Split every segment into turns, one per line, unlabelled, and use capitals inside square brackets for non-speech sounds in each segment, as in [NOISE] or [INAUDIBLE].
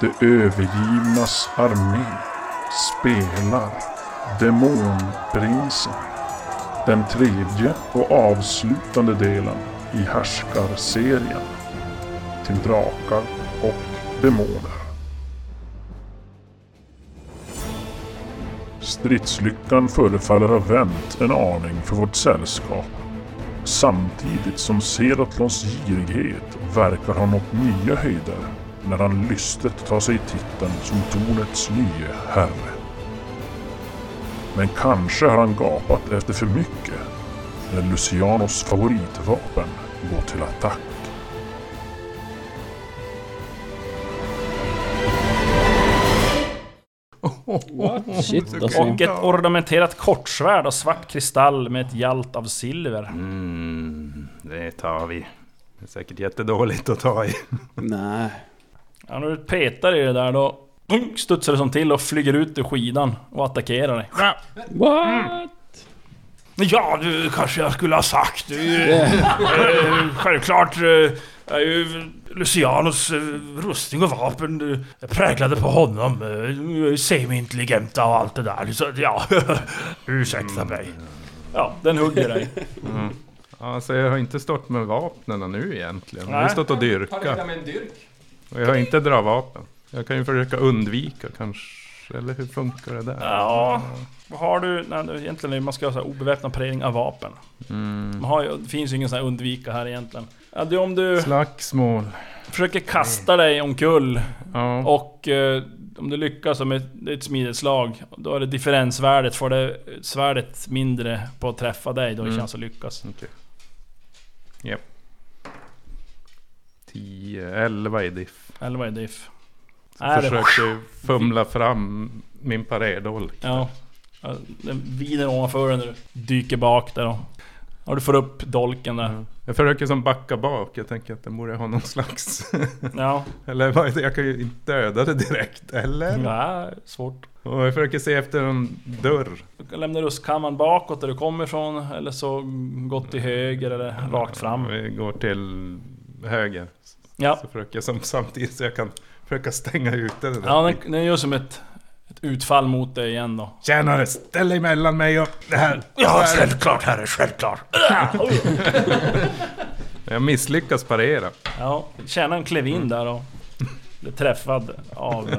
De övergivnas armé spelar Demonprinsen. Den tredje och avslutande delen i Härskarserien. Till drakar och demoner. Stridslyckan förefaller ha vänt en aning för vårt sällskap. Samtidigt som Seratlons girighet verkar ha nått nya höjder när han lystet tar sig titeln som tornets nye herre. Men kanske har han gapat efter för mycket när Lucianos favoritvapen går till attack.
Shit alltså.
Och ett ornamenterat kortsvärd av svart kristall med ett hjalt av silver.
Mm, det tar vi. Det är säkert jättedåligt att ta i.
Nej.
Ja, när du petar i det där då dunk, studsar det som till och flyger ut ur skidan och attackerar dig.
What?
Ja, du kanske jag skulle ha sagt. Du, eh, självklart eh, är ju Lucianos eh, rustning och vapen eh, präglade på honom. Eh, Semi-intelligenta och allt det där. Så ja, [LAUGHS] ursäkta mig. Ja, den hugger dig.
Alltså jag har inte stått med vapnen nu egentligen. Jag har
Nej.
stått och dyrka.
med en dyrk?
Och jag har inte dra vapen. Jag kan ju försöka undvika kanske. Eller hur funkar det där?
Ja, Mm. vad har du? Nej, det är egentligen är det- man ska ha så här obeväpnad prövning av vapen.
Mm.
Man har ju, det finns ju ingen sån här undvika här egentligen. Ja, det är om du
Slagsmål.
försöker kasta dig omkull
Ja.
och eh, om du lyckas med ett- ett smidigt slag, då är det differensvärdet. Får det svärdet mindre på att träffa dig, då är det
Mm.
chans att lyckas.
Okej. Japp. 10, 11 i diff.
Eller vad är diff?
Så
Är det-
försöker jag fumla fram min parerdolk.
Ja. Ja, Den viner ovanför dig när du dyker bak där då. Och du får upp dolken där.
Jag försöker som backa bak. Jag tänker att den borde ha någon slags... [LAUGHS]
Ja.
eller vad är det? jag kan ju inte döda det direkt. Eller?
ja, svårt.
Och jag försöker se efter en dörr.
Du kan lämna rustkammaren bakåt där du kommer ifrån, eller så gått till höger eller rakt fram.
Vi går till höger.
Ja,
Så försöker jag som samtidigt så jag kan försöka stänga ute det där.
ja den, den gör som ett, ett utfall mot dig igen då.
Tjenare! Ställ dig mellan mig och det här.
Ja, självklart herre, självklart!
Jag misslyckas parera.
[LAUGHS] Ja, kärnan klev in där och blev träffad av...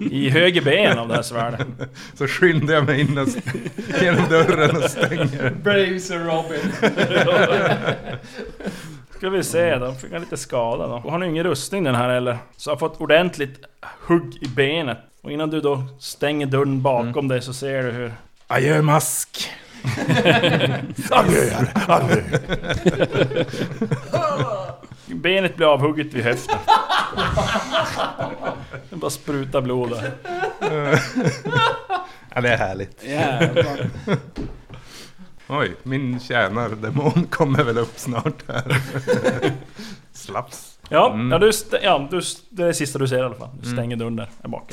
I höger ben av det här svärdet.
Så skyndar jag mig in och st- [LAUGHS] genom dörren och stänger. den.
Braves and Robin.
Ska vi se då, fick han lite skada då. Och har nu ingen rustning den här eller? Så har fått ordentligt hugg i benet. Och innan du då stänger dörren bakom dig så ser du hur...
Adjö mask!
[LAUGHS] Benet blir avhugget vid höften. Det bara sprutar blod där.
Ja, det är härligt.
Jävlar.
Oj, min tjänardemon kommer väl upp snart här. [LAUGHS] Slaps.
Ja,
Mm.
ja, du st- ja du st- det är det sista du ser i alla fall. Du stänger dörren där, där bak.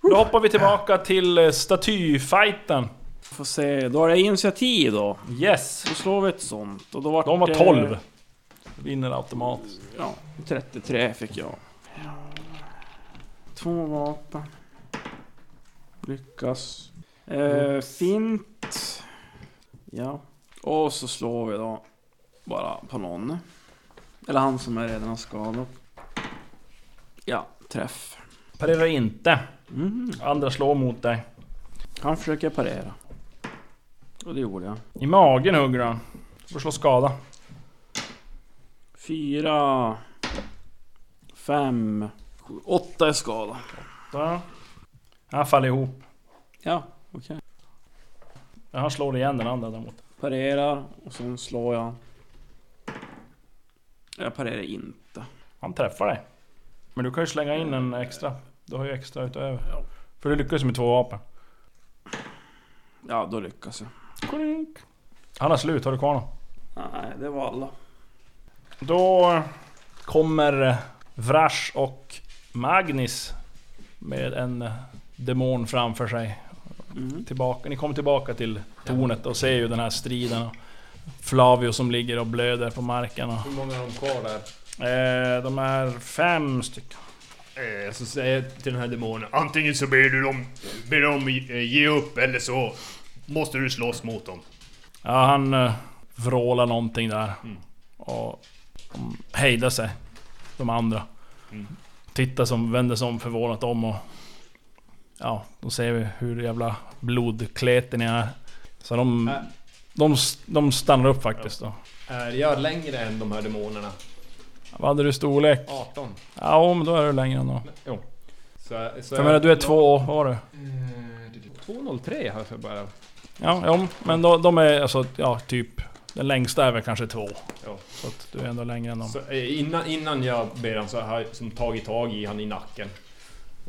Då hoppar vi tillbaka till eh, statyfighten.
Får se, då har jag initiativ då.
Yes!
Då slår vi ett sånt. Och då vart
De var
det-
12. Vinner automatiskt.
Ja, 33 fick jag. Två vapen. Lyckas. Eh, fint. Ja. Och så slår vi då bara på någon. Eller han som jag redan har skadat. Ja, träff.
Parerar inte.
Mm.
Andra slår mot dig.
Han försöker parera. Och det gjorde jag.
I magen hugger han. Får slå skada.
Fyra. Fem. Sju, åtta är skada.
Där. Han faller ihop.
Ja, okej.
Ja, Han slår igen den andra däremot.
Parerar och sen slår jag. Jag parerar inte.
Han träffar dig. Men du kan ju slänga in en extra. Du har ju extra utöver. För du lyckades med två vapen.
Ja, då lyckas jag.
Klink. Han har slut, har du kvar någon?
Nej, det var alla.
Då kommer Vrash och Magnis med en demon framför sig.
Mm.
Tillbaka. Ni kommer tillbaka till tornet och ser ju den här striden. Flavio som ligger och blöder på marken. och-
Hur många har de kvar där?
Eh, de är fem stycken.
Eh, Så säger jag till den här demonen, antingen så ber du dem, ber dem eh, ge upp eller så måste du slåss mot dem.
Ja, han eh, vrålar någonting där. Och de hejdar sig. De andra. Tittar som, vänder sig om förvånat om och... Ja, då ser vi hur jävla blodkleten är. Så de...
Äh.
De, de stannar upp faktiskt då.
Är jag längre än de här demonerna?
Vad hade du storlek?
18.
Ja, men då är du längre än då.
Jo. Så, så Eh,
Jag menar, du är två, vad var du?
203 har jag bara.
Ja, ja men då, de är alltså, ja typ... Den längsta är väl kanske två.
Ja.
Så att du är ändå längre än dem.
Så, eh, innan, innan jag ber han så har jag som tagit tag i han i nacken.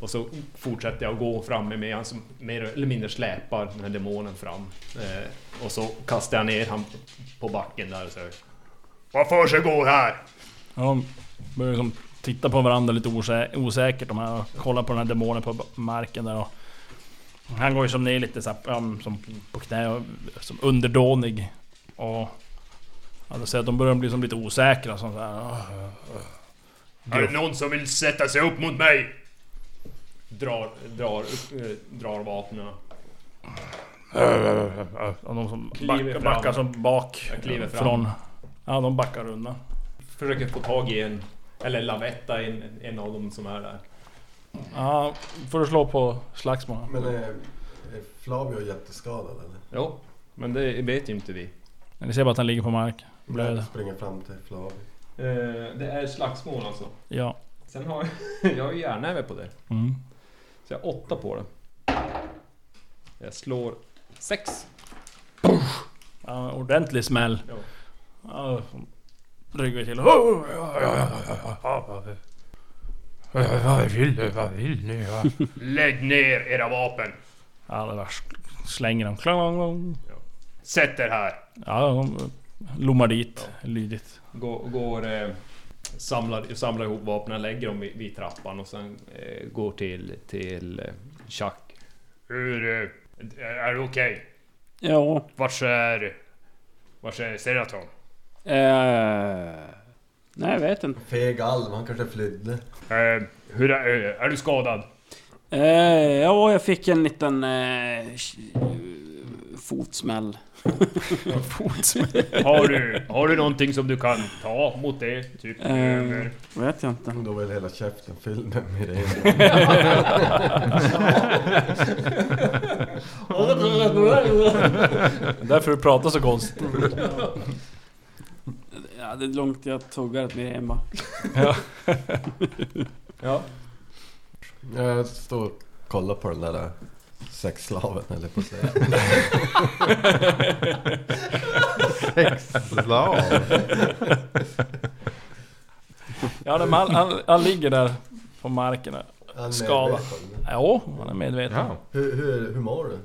Och så fortsätter jag att gå framme med han som mer eller mindre släpar den här demonen fram. Eh, och så kastar jag ner han på backen där och så... Vad för sig går här?
Ja, de börjar liksom titta på varandra lite osä- osäkert de här och kollar på den här demonen på b- marken där och Han går ju som ner lite så här, ja, men som på knä och som underdånig och... Ja, då ser jag att de börjar bli som lite osäkra som så här. "Åh."
Är det någon som vill sätta sig upp mot mig? Drar, drar, upp, eh, drar vapnen.
Och de som
Kliver
backar,
fram.
backar som bak
Jag kliver fram.
från... Ja, de backar undan.
Försöker få tag i en, eller lavetta, en, en av dem som är där.
Ja, får du slå på slagsmål.
Men är, är Flavio jätteskadad eller?
Jo, men det vet ju inte vi.
Ni ser bara att han ligger på mark. Blöder.
Springer fram till Flavio.
Eh, det är slagsmål alltså.
Ja.
Sen har jag, [LAUGHS] jag har ju järnnäve på det.
Mm.
Så jag har åtta på det. Jag slår sex.
Ja, ordentlig smäll.
Ja.
Ja, ryggar till.
Vad vill du? Vad vill ni? va?
Lägg ner era vapen.
Ja, det där sk- slänger dem. Klang, klang, klang.
Sätt er här.
Ja, de lommar dit lydigt.
Går, går eh, samlar, samlar ihop vapnen, lägger dem vid, vid trappan och sen eh, går till, till eh, Chuck. Hur... Eh, är det okej?
Ja.
Vart är... Vart är Seraton?
Eh, nej, jag vet inte.
Feg alv, han kanske flydde.
Eh, hur är, är du skadad?
Eh, ja, jag fick en liten eh, sh- [LAUGHS] fotsmäll. [LAUGHS]
Har du, har du någonting som du kan ta mot det? Typ
Eh, vet jag inte.
Då var väl hela käften fylld med miren.
Det är [LAUGHS] därför du pratar så konstigt.
Ja, det är långt jag tuggar att bli hemma.
Ja.
Jag står och kollar på den där sexslaven eller på att [LAUGHS] säga.
Sexslav.
Ja, men han, han, han ligger där på marken. där.
Han är
Skada.
medveten.
Jo, han är medveten.
Ja.
Hur, hur, hur mår du?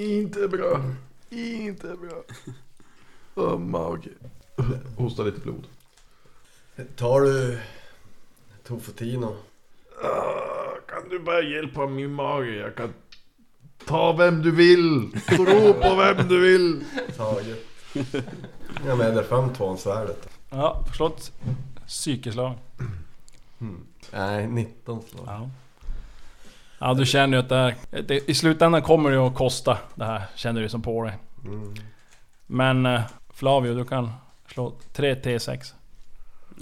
Inte bra. Inte bra. Åh, mage. Hosta lite blod.
Tar du Tofotino?
Ah, Kan du bara hjälpa min mage? Jag kan ta vem du vill. Tro på vem du vill.
Taget. Jag mäler fram tvåansvärdet.
Ja, förstått. Psykeslag.
Nej, 19 slag.
Ja. ja, du känner ju att det här... Det, I slutändan kommer det ju att kosta det här, känner du som på dig.
Mm.
Men eh, Flavio, du kan slå 3 T6.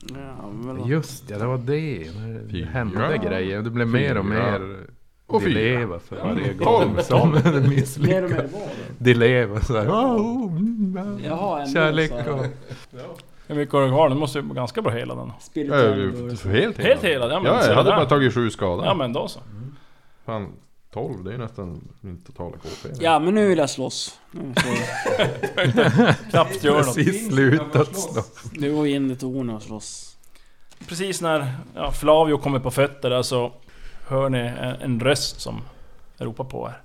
Ja, men vadå?
Just ja, det var det. När Det
Fyra.
hände grejer. Det blev mer och
Fyra.
mer
Och fyra.
dileva för varje
Tolv.
gång som det
Mer och mer
misslyckades.
vad? då?
Dileva såhär. Oh, mm, ah.
Jaha, ändå
Kärlek
så här.
och...
Hur mycket har du kvar? Du måste ju vara ganska bra hela den.
Ja, jag
Spirituell
är
då.
för Helt helad.
Helt helad, ja, men
ja,
så
jag hade
där.
bara tagit sju skador.
Ja men då så.
Fan, 12, det är ju nästan min totala KP.
Ja, men nu vill jag slåss. Nu ska jag-
Knappt gör något.
Precis slutat slå.
Nu går vi in i tornet och slåss.
Precis när ja, Flavio kommer på fötter där så hör ni en, en röst som ropar på er.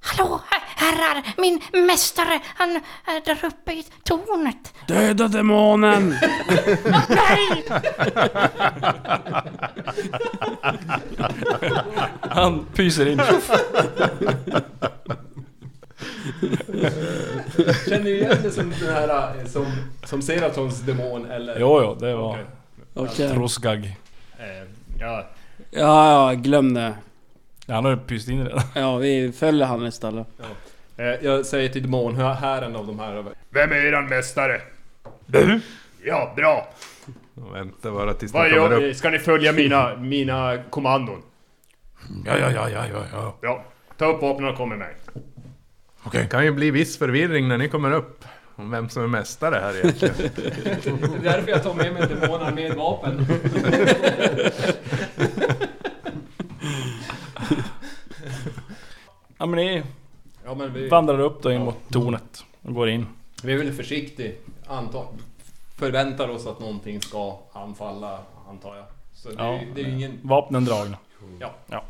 Hallå her- herrar, min mästare han är där uppe i tornet.
Döda demonen!
Nej!
Han pyser in.
Känner ju igen det som den här eh, som, som Seratons demon eller...
Jo, jo, det var...
Okej.
Trosgag.
Eh, ja,
Ja, ja, glöm det.
Ja, han har ju pyst in redan.
Ja, vi följer han istället.
eh, jag säger till demonhären av de här. Vem är eran mästare?
Du?
Ja, bra.
Och vänta bara tills
Vad
den kommer
gör
upp.
ni? Ska ni följa mina, mina kommandon?
Ja, ja, ja, ja, ja, ja.
Ja. Ta upp vapnen och kom med mig.
Okej.
Det kan ju bli viss förvirring när ni kommer upp. Om vem som är mästare
[LAUGHS]
här egentligen.
Det är därför jag tar med mig demoner med vapen.
Ja, men ni
Ja, men vi,
vandrar upp då in mot tornet och går in.
vi är väl försiktiga. Antar, förväntar oss att någonting ska anfalla, antar jag. Så det,
Ja.
är, ju- det är ju ingen...
Vapnen dragna.
Ja.
ja.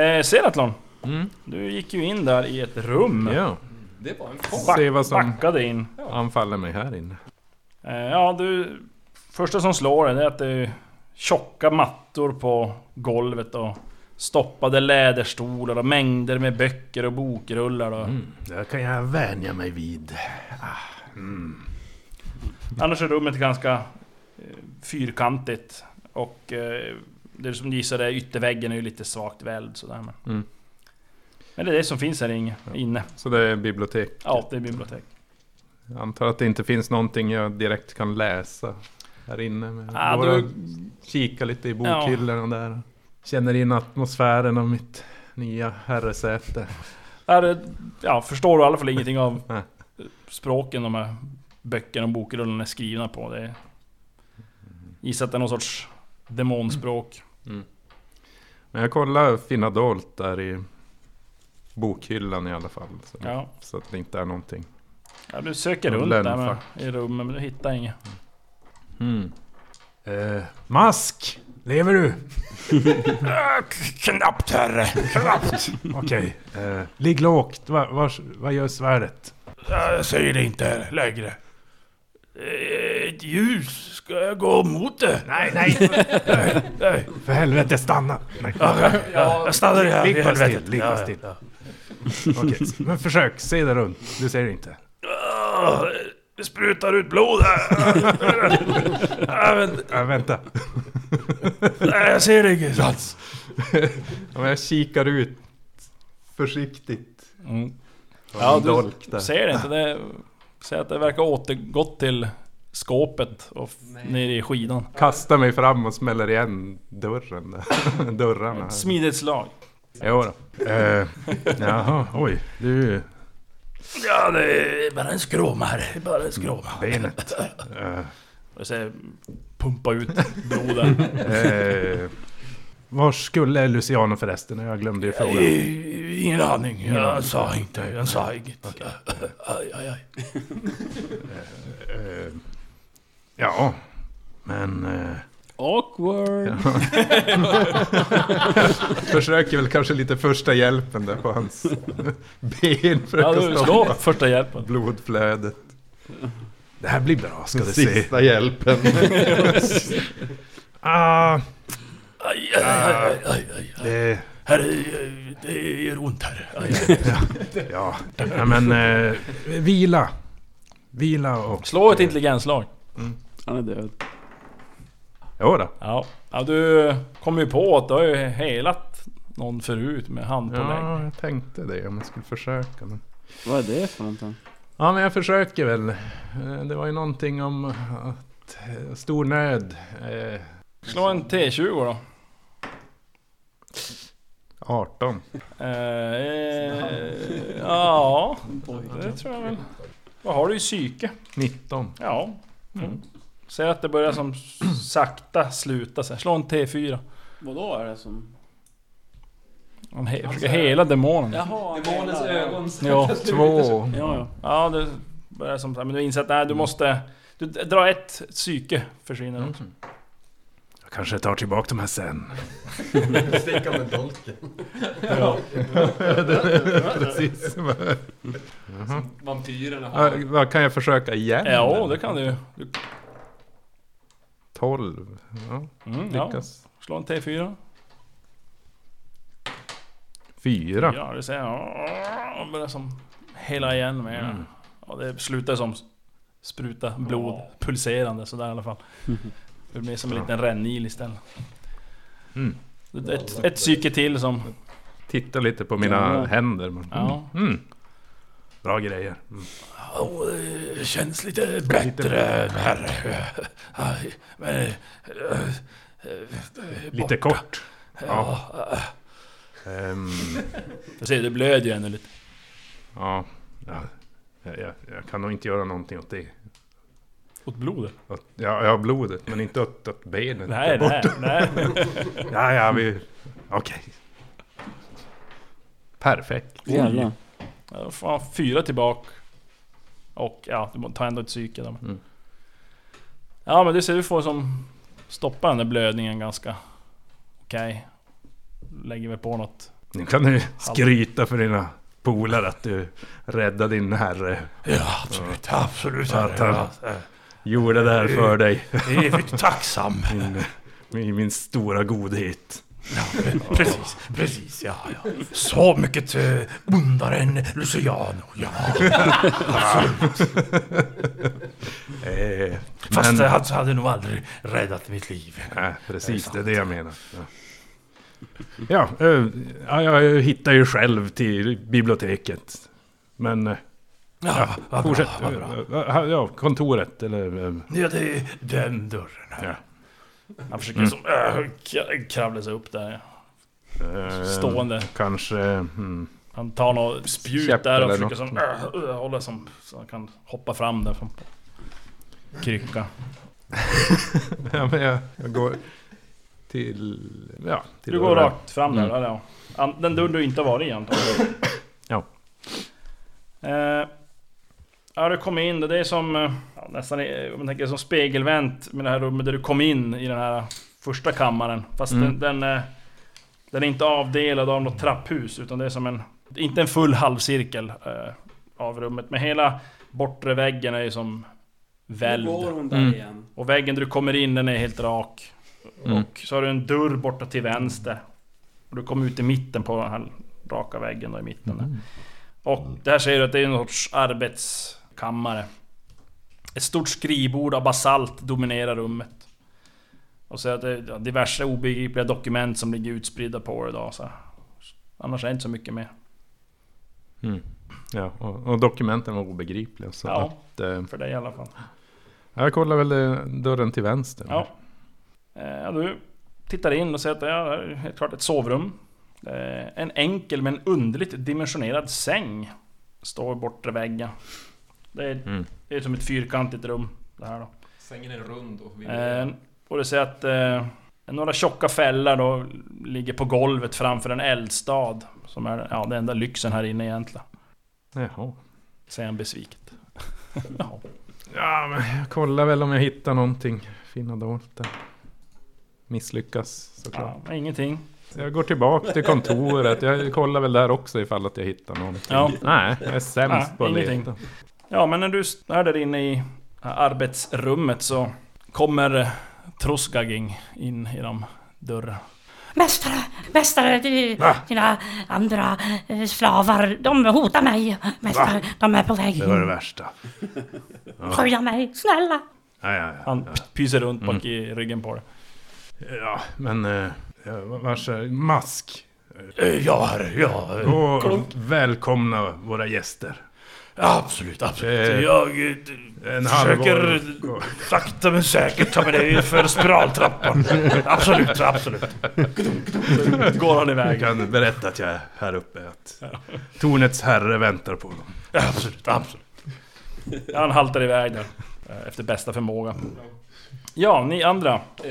Eh, Seratlon,
Mm.
du gick ju in där i ett rum.
Ja,
Det var en
Back,
se vad som
Backade in.
anfaller mig här inne.
Eh, ja, du... Första som slår en är att det är tjocka mattor på golvet och stoppade läderstolar och mängder med böcker och bokrullar och...
Mm. Det kan jag vänja mig vid. Ah, mm.
Annars är rummet ganska eh, fyrkantigt och eh, det är som du gissade, ytterväggen är ju lite svagt välld sådär men...
Mm.
Men det är det som finns här inne. inne.
Så det är bibliotek.
Ja, det är bibliotek.
Jag antar att det inte finns någonting jag direkt kan läsa här inne. Men jag
Ah,
går och
du-
kikar lite i
Ja.
bokhyllorna där. Känner in atmosfären av mitt nya herresäte.
Där, eh, ja, förstår du i alla fall ingenting av
Nej.
språken de här böckerna och bokrullarna är skrivna på. Det är, gissar att det är någon sorts demonspråk.
Men jag kollar finna dolt där i bokhyllan i alla fall. Så,
Ja.
så att det inte är någonting.
Ja, du söker
Och
runt där med,
lönnfack.
i rummet men du hittar inget.
Mm. Eh, mask! Lever du? knappt herre, knappt. Okej. Eh, ligg lågt. Va, vars, vad gör svärdet?
Jag säger det inte längre. Ett ljus, ska jag gå mot det?
Nej, nej!
Nej,
För helvete, stanna! Nej.
jag stannar här.
Ligg bara still, ligg bara still. Okej, men försök, se dig runt. Du ser inte.
Det sprutar ut blod här. [LAUGHS]
Ja, vänta.
Nej, jag ser det inget
Ja, men jag kikar ut försiktigt.
Mm.
Har
Ja,
en
du
dolk där.
Ser det inte. Det, ser att det verkar återgått till skåpet och f- ner i skidan.
Kastar mig fram och smäller igen dörren. där. [LAUGHS] Dörrarna.
Ett smidighetslag.
Jo då. Eh, jaha, oj. Du,
Ja, det är bara en skråma här. Bara en skråma.
benet. Eh,
Jag ser pumpa ut blodet.
eh, var skulle Luciano förresten? Jag glömde ju fråga.
[LAUGHS] Ingen aning. Jag sa inte. Jag sa inget. Aj, aj, aj.
Eh, ja, men... Eh,
Awkward.
försöker väl kanske lite första hjälpen där på hans [LAUGHS] ben. För
Ja,
att
du
stoppa
slår första hjälpen.
blodflödet. Det här blir bra, ska du se.
Sista hjälpen.
[LAUGHS] Ah,
Aj, aj, aj, aj, aj.
det...
Här är, det gör ont här. Aj, aj.
[LAUGHS] Ja, ja men... Eh, vila. Vila och...
Slå ett intelligenslag.
Han är död.
Jo då.
Ja. ja, du kom ju på att du har ju helat någon förut med handpålägg.
Ja, jag tänkte det om jag skulle försöka. Men...
Vad är det för någonting?
Ja, men jag försöker väl. Eh, Det var ju någonting om att... eh, Stor nöd. Eh,
Slå en T20 då.
18.
Eh, eh, ja, det tror jag väl. Vad har du i psyke?
19.
Ja. Mm. Ser att det börjar som s- sakta sluta sig. Slå en T4.
Vadå är det som...
Han he- försöker hela demonen.
Jaha,
Demonens ögon
Ja,
Två.
Ja, ja.
ja det börjar som... Men du inser att nej, du måste... Du d- drar ett psyke, försvinner också.
Jag kanske tar tillbaka de
[LAUGHS]
här sen.
Sticka med dolken.
Precis.
Vampyrerna
Ja,
har...
vad, kan jag försöka igen?
Ja, det kan du ju. Du-
12. Ja,
Mm, ja.
lyckas.
Slå en T4.
Fyra.
Ja, det säger jag. Börjar som hela igen med mm. Och det slutar som spruta blod, pulserande sådär i alla fall. Det blir som en liten rännil istället.
Mm.
Ett, ett psyke till som...
Titta lite på mina
Ja.
händer. men-
Ja.
Mm. Bra grejer. Mm.
Oh, det känns lite bättre här. Aj, Men,
äh,
eh, eh,
borta.
Lite kort.
Ja.
Ehm,
Får se, äh. det blöder ju ännu lite.
ja. ja. Jag, jag, jag kan nog inte göra någonting åt det.
Åt blodet?
Åt, ja, ja, blodet. Men inte åt, åt benet.
Nej,
där borta.
nej, nej.
ja, ja, vi... Okej. Perfekt.
Jävlar. Ja, fan, fyra tillbaka. Och ja, du tar ändå ett psyke då.
Mm.
Ja men du ser, du får som stoppa den där blödningen ganska okej. Lägger väl på något.
Nu kan du skryta för dina polare att du räddade din herre.
Ja, absolut,
Ja.
absolut,
Att
herre,
han
ja.
gjorde det här för dig.
Evigt tacksam.
Min, min, min stora godhet.
Precis, precis, ja, ja. Så mycket eh, ondare än Luciano, ja. Absolut.
Eh,
Fast
men-
eh, han hade nog aldrig räddat mitt liv.
Nej, precis. Det är det jag menar. Ja, eh, ja jag hittar ju själv till biblioteket. Men... eh,
Ja, vad bra,
fortsätt.
vad bra.
Ja, Ja, kontoret eller... eh,
Ja, det är den dörren.
Ja.
Han försöker
Mm.
som äh, k- kravla sig upp där.
eh,
Stående.
Kanske... Mm,
Han tar något spjut
Käpp
där och
eller
försöker
något.
som, äh, äh, hålla som, så han kan hoppa fram där. Från krycka.
ja, men jag, jag går till... Ja, till
du går
dörren.
rakt fram där,
Mm.
ja. An- Den dörr du inte har varit i antagligen.
[COUGHS] Ja.
Eh, ja, du kom in, det är som eh, ja, nästan eh, om man tänker som spegelvänt med det här rummet där du kom in i den här första kammaren. Fast
Mm.
den, den, eh, den är inte avdelad av något trapphus utan det är som en, inte en full halvcirkel eh, av rummet. Men hela bortre väggen är ju som välvd.
Nu går hon där
Mm.
igen.
Och väggen där du kommer in den är helt rak.
Mm.
Och så har du en dörr borta till vänster. Och du kommer ut i mitten på den här raka väggen då, i mitten där. Och det här ser du att det är en sorts arbetskammare. Ett stort skrivbord av basalt dominerar rummet. Och så är det ja, diverse obegripliga dokument som ligger utspridda på det idag. Så. här. Annars är det inte så mycket mer.
Mm. Ja, och, och dokumenten var obegripliga. Så
Ja,
att, eh,
för dig i alla fall.
Jag kollar väl eh, dörren till vänster.
Ja. Eh, du tittar in och ser att det är helt klart ett sovrum. Eh, en enkel men underligt dimensionerad säng står bortre väggen. Det är,
Mm.
det är som ett fyrkantigt rum. Det här då.
Sängen är rund och
Eh, och du ser att eh, några tjocka fällar då ligger på golvet framför en eldstad. Som är ja, den enda lyxen här inne egentligen.
Jaha.
Säger han besviket. ja.
Ja, men jag kollar väl om jag hittar någonting. Finna dolt där. Misslyckas såklart.
ja, ingenting.
Så jag går tillbaka till kontoret. Jag kollar väl där också ifall att jag hittar någonting.
Ja.
Nej, jag är sämst
Nej,
på att
ingenting.
leta.
Ja, men när du är där inne i arbetsrummet så kommer Trosgaging in genom dörren.
Mästare, mästare, di-
Va?
dina andra eh, slavar, de hotar mig. Mästare,
Va?
de är på väg
Det var det
in.
värsta.
Skydda mig, snälla.
Han pyser runt
Mm.
bak i ryggen på dig.
Ja, men... eh, ja, Vars är mask?
Eh, ja, herre, ja, eh,
Och
klunk.
välkomna våra gäster.
Ja, absolut, absolut.
Eh,
Jag eh, d-
en
försöker
halvår.
sakta men säkert ta mig ner för spiraltrappan. Absolut, absolut.
Så [LAUGHS] Går han iväg.
Jag kan berätta att jag är här uppe. Att tornets herre väntar på dem.
Ja, absolut, absolut. Ja, han haltar iväg där. eh, Efter bästa förmåga. Ja, ni andra.
Eh,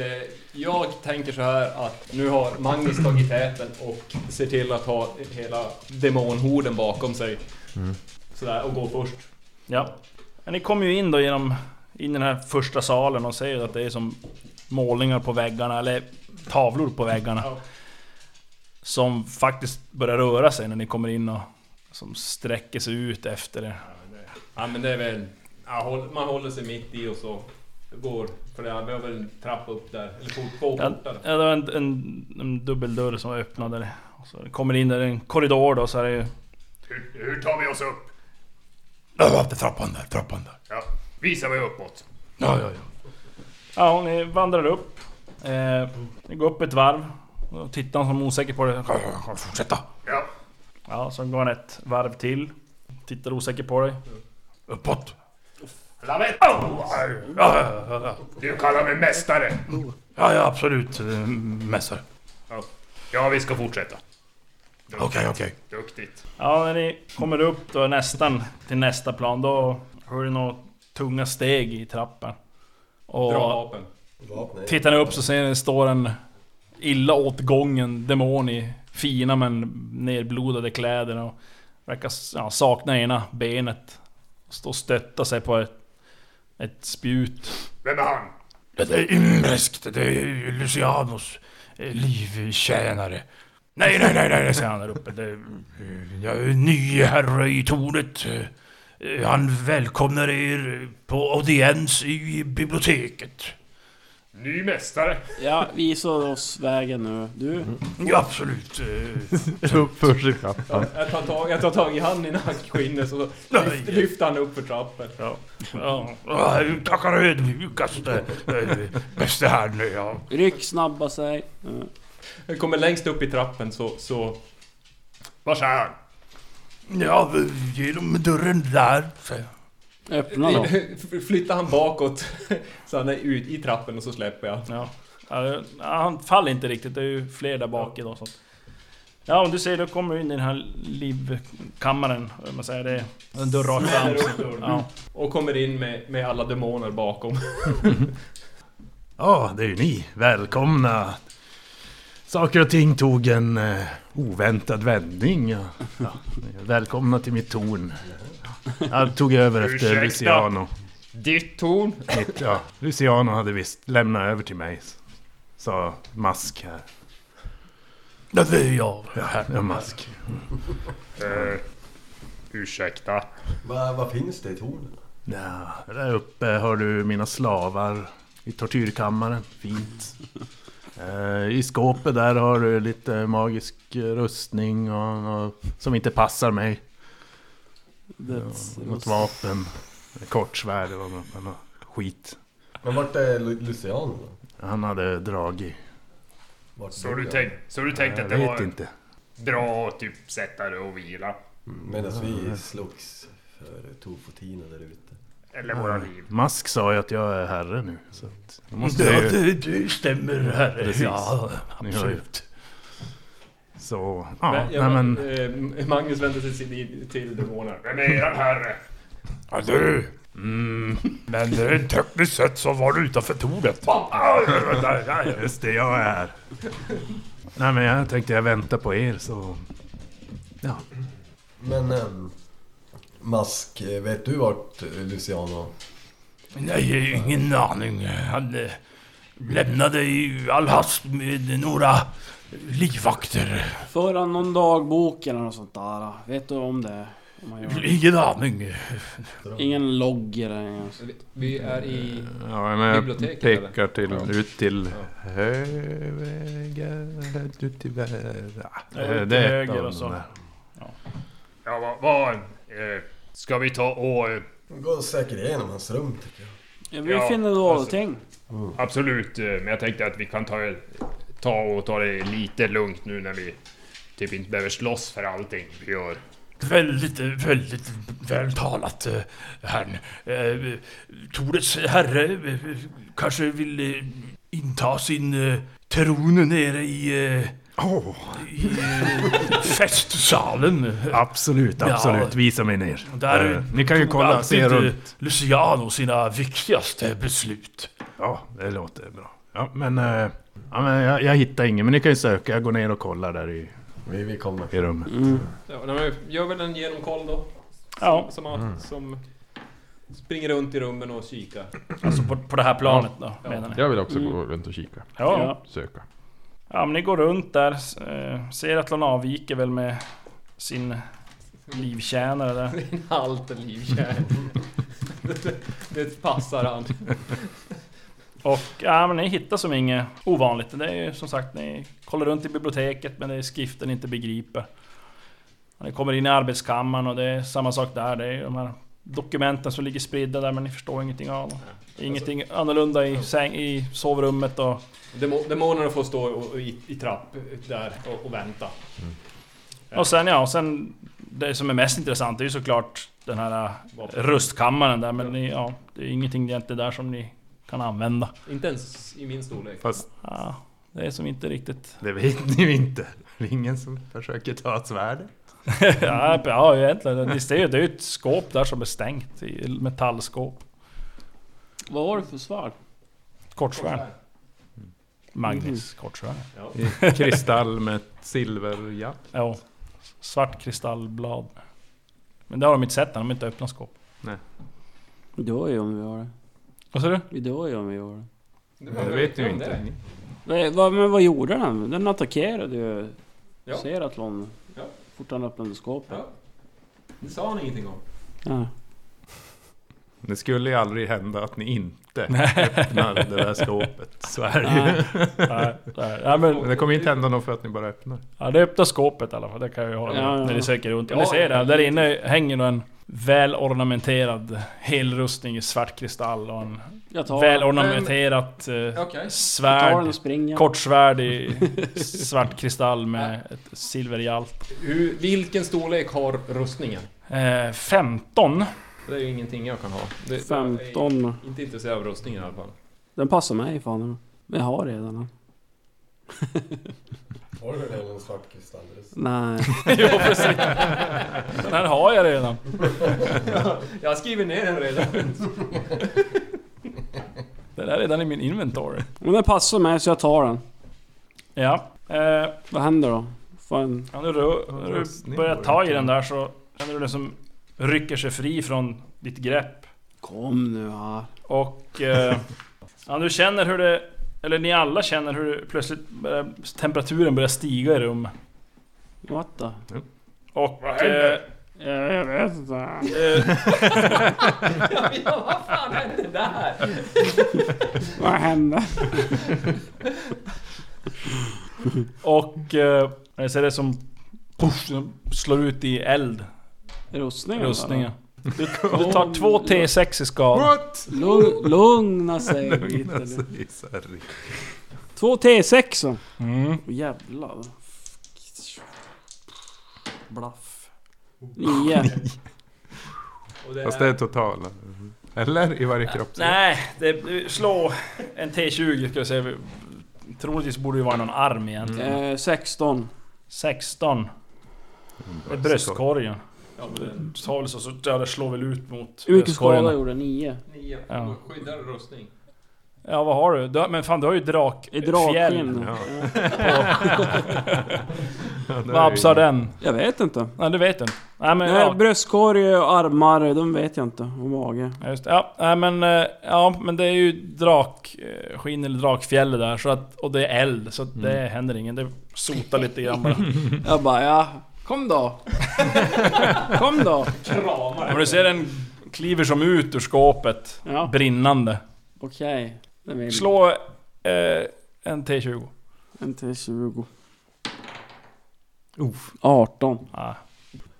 jag tänker så här att nu har Magnus tagit täten och ser till att ha hela demonhorden bakom sig.
Mm.
Sådär, och gå först.
Ja. Men Ni kommer ju in då genom in i den här första salen och ser att det är som målningar på väggarna, eller tavlor på väggarna. Som faktiskt börjar röra sig när ni kommer in och som sträcker sig ut efter er.
Ja men det är väl... Ja, håll- man håller sig mitt i och så går... För det här, vi har väl en trappa upp där, eller fort, två
Ja,
portar.
ja, det var en, en, en dubbeldörr som var öppnad där. Och så kommer in där i en korridor då så är det ju...
Hur, hur tar vi oss upp?
Ja, trappan där, trappan där.
Ja, visa mig uppåt.
Ja, ja, ja.
Ja, ni vandrar upp. Eh, ni går upp ett varv. Och tittar som osäker på det. Fortsätta!
Ja.
Ja, så går han ett varv till. Tittar osäker på dig. Uppåt!
Lamett!
Ja,
Du kallar mig mästare.
ja, ja absolut. eh, Mästare.
Ja, vi ska fortsätta. Duktigt.
Okej, okej.
Duktigt.
Ja, när ni kommer upp då nästan till nästa plan då hör du några tunga steg i trappan. Och
Bra vapen.
Tittar ni upp så ser ni det står en illa åtgången demon i fina men nerblodade kläder och verkar ja, sakna ena benet. Står och stöttar sig på ett, ett spjut.
Vem är han?
Det är inbreskt, det är Lucianos eh, livtjänare. Nej, nej, nej, nej, säger han där uppe. Det, eh, jag är ny herre i tornet. Eh, eh, Han välkomnar er på audiens i biblioteket.
Ny mästare.
Ja, visar oss vägen nu. Du?
Ja, absolut. Eh,
Uppförs i
Ja,
trappan.
jag, tar tag, jag tar tag i han i nackskinnet och så lyft, lyfter han upp för trappen.
Ja.
Ja, jag Tackar ödmjukast, eh, bäste herrn. Ja.
Ryck, snabba sig. Mm.
Jag kommer längst upp i trappen så... så...
Vars är han?
Ja, eh, genom dörren där, säger han.
Öppna då.
[LAUGHS] Flyttar han bakåt [LAUGHS] så han är ut i trappen och så släpper jag.
Ja. Ja, det- ja, han faller inte riktigt, det är ju fler där bak idag. Så. Ja, om du ser, då kommer du in i den här livkammaren. om Man säger det är en dörr rakt fram.
Smäller upp dörren.
Ja.
Och kommer in med, med alla demoner bakom.
Ja, det är ju ni. Välkomna. Saker och ting tog en eh, oväntad vändning. Ja. Ja. Välkomna till mitt torn. Ja. Jag tog över efter
Ursäkta.
Luciano.
Ditt torn?
Mitt, ja. Luciano hade visst lämnat över till mig. Sa Mask här.
Ja, det är jag.
Ja, ja Mask.
Eh, ursäkta.
Vad vad finns det i tornen?
Ja, där uppe har du mina slavar i tortyrkammaren. Fint. Eh, I skåpet där har du lite magisk rustning och, och, som inte passar mig.
That's-
Ja, något vapen. Ett Kort svärd eller något annat skit.
Men vart är Lu- Luciano då?
Han hade dragit.
Vart
Så
bor
du,
jag?
tänk, så du tänkte
Jag
att det
vet
var
inte.
bra att typ sätta dig och vila?
Medan vi slogs för Tofotina där ute.
Eller våra liv.
Mask sa ju att jag är herre nu. Så att jag
Ja,
ju-
det- det stämmer, herre. Ja,
Ni hör ju.
absolut.
Så, ja,
Men
nej
jag-
men.
eh, Magnus vänder sig till, till demonerna.
Vem är eran herre?
Ja, du. Mm. Men eh, tekniskt sett så var du utanför tornet.
Ah, Just det, jag är här. Nej men jag tänkte jag väntar på er så...
Men ehm, Mask, eh, vet du vart eh, Luciano...
Nej, ingen aning. Han eh, lämnade i all hast med några livvakter.
För han någon dagbok eller något sånt där? Vet du om det? Om man gör det?
Ingen aning.
Ingen logg eller något sånt.
Vi är i...
Ja, men jag
Biblioteket,
pekar till,
eller?
ut till höger, ut till vä-
Ja,
Eh,
ut
Det
till
är ett
höger
av
och så.
de där.
Ja, vad... vad eh, ska vi ta och... eh,
Gå säkert igenom hans rum tycker jag.
Ja, vi finner då
alltså-
allting.
Absolut, eh, men jag tänkte att vi kan ta, ta och ta det lite lugnt nu när vi typ inte behöver slåss för allting vi gör.
Väldigt, eh, väldigt vältalat, eh, herrn. Eh, Torets herre eh, kanske vill eh, inta sin eh, tron nere i... eh, I eh, festsalen.
Absolut,
Ja.
absolut. Visa mig ner.
Och Där
Eh, Ni kan ju
tog
kolla, se
alltid eh,
runt.
Luciano sina viktigaste beslut.
Ja, det låter bra. Ja, men, eh, ja, men jag, jag hittar ingen, men ni kan ju söka. Jag går ner och kollar där i,
vi, vi kommer.
i rummet.
Ja, men gör väl en genomkoll då?
Ja.
Som, som, som springer runt i rummen och kikar. [LAUGHS]
Alltså på, på det här planet då,
Ja.
menar ni?
Jag vill också
Mm.
gå runt och kika.
Ja. Ja.
Söka.
Ja men ni går runt där, eh, ser att Lon avviker väl med sin livtjänare där.
Sin halter livtjänare. Det- [LAUGHS] Det passar han.
Och ja men ni hittar som inget ovanligt. Det är ju som sagt, ni kollar runt i biblioteket men det är skrifter ni inte begriper. Och Ni kommer in i arbetskammaren och det är samma sak där. Det är ju de här dokumenten som ligger spridda där men ni förstår ingenting av dem. Ingenting annorlunda i, säng, i sovrummet och...
Demo- Demonerna får stå och- och i, i trapp där och, och vänta.
Och sen ja, och sen det som är mest intressant är ju såklart den här
Vapen.
rustkammaren där men ni, ja, det är ingenting egentligen där som ni kan använda.
Inte ens i min storlek.
Fast-
Ja, det är som inte riktigt...
Det vet ni ju inte. Det är ingen som försöker ta svärdet.
ja, ja, egentligen. Ni ser ju, det är ju ett skåp där som är stängt. i- Metallskåp.
Vad var det för svärd?
Kortsvärd. Magnus kortsvärd.
I [LAUGHS] kristall med ett silverjack.
Ja. Svart kristallblad. Men det har de inte sett än, de har inte öppnat skåp.
Nej.
Det var ju om vi har det.
Vad sa du?
Det var ju om vi har det.
Det vet ju inte ni.
Nej, vad, men vad gjorde den? Den attackerade ju
Ja.
Seratlon.
Ja.
Fort han öppnade skåpet.
Ja. Det sa han ingenting om.
Ja.
Det skulle ju aldrig hända att ni inte
Nej.
öppnar det där skåpet. [LAUGHS] Så är det
Nej.
ju.
Nej, nej. Ja, men-
Men det kommer inte hända något för att ni bara [LAUGHS] öppnar.
Ja, det öppnar skåpet i alla fall, det kan jag ju hålla med om,
Ja, ja.
När ni söker runt. Och
Ja,
ni ser det,
ja.
där inne hänger nog en väl ornamenterad helrustning i svart kristall och en
Jag tar-
väl ornamenterat eh,
Okej. Jag tar den och springer.
svärd, kortsvärd i svart kristall med ett silverhjalt.
Hur, vilken storlek har rustningen?
Eh, 15.
Det är ju ingenting jag kan ha. Det, Jag
15.
är inte intresserad av rustningen i alla fall.
Den passar mig fan. Men jag har redan den.
[LAUGHS] Har du redan en svart kristallrust?
Nej.
jo precis. Den här har jag redan.
jag skriver ner den redan.
Den är redan i min inventory.
Men den passar mig så jag tar den.
Ja. Eh,
Vad händer då? Fan.
Ja, när du, när du börjar ta i den där så känner du den som rycker sig fri från ditt grepp.
Kom nu här.
Och...
[LAUGHS]
Eh, ja, du känner hur det... Eller ni alla känner hur det plötsligt börjar, temperaturen börjar stiga i rummet.
What the?
Och...
Vad
eh,
händer? Jag vet inte.
eh,
[LAUGHS] ja, vad fan hände där?
Vad hände?
och... Eh, jag ser det som... Puff, som slår ut i eld.
Rustningen?
Rustningen. Du, du tar två T6 i skada.
What?
Lugn, lugna sig lite.
Lugna
nu.
sig, Sverige.
Två T6.
Mm.
Jävlar. Bluff. Nio.
Fast det är totala. Eller i varje kropp.
Nej, det, slå en T20 ska jag säga. Troligtvis borde det vara någon arm egentligen.
Mm. Eh, 16.
16. Det är bröstkorgen. Sa väl så, så ja, det slår väl ut mot
Hur mycket skada
bröstkorgen.
gjorde den? Nio?
Nio.
Ja.
Skyddar rustning.
Ja vad har du? du har, men fan du har ju
I
drakfjäll.
drakskinn.
Ja.
Ja,
På-
det
Vad
är
absar
ju-
den?
Jag vet inte.
Nej du vet inte. Nej men
Nej,
ja.
bröstkorg och armar, de vet jag inte. Och mage.
Ja, Just, det. ja, nej, men, eh, ja men det är ju drakskinn eller drakfjäll det där så att, och det är eld så att det
Mm.
händer ingen. Det sotar lite grann bara.
Jag bara, ja. Kom då. Kom då.
[LAUGHS] Ja, men du ser den kliver som ut ur skåpet.
Ja.
Brinnande.
Okej. Den vill-
Slå eh, en T20.
En till 20. 18.
Ja.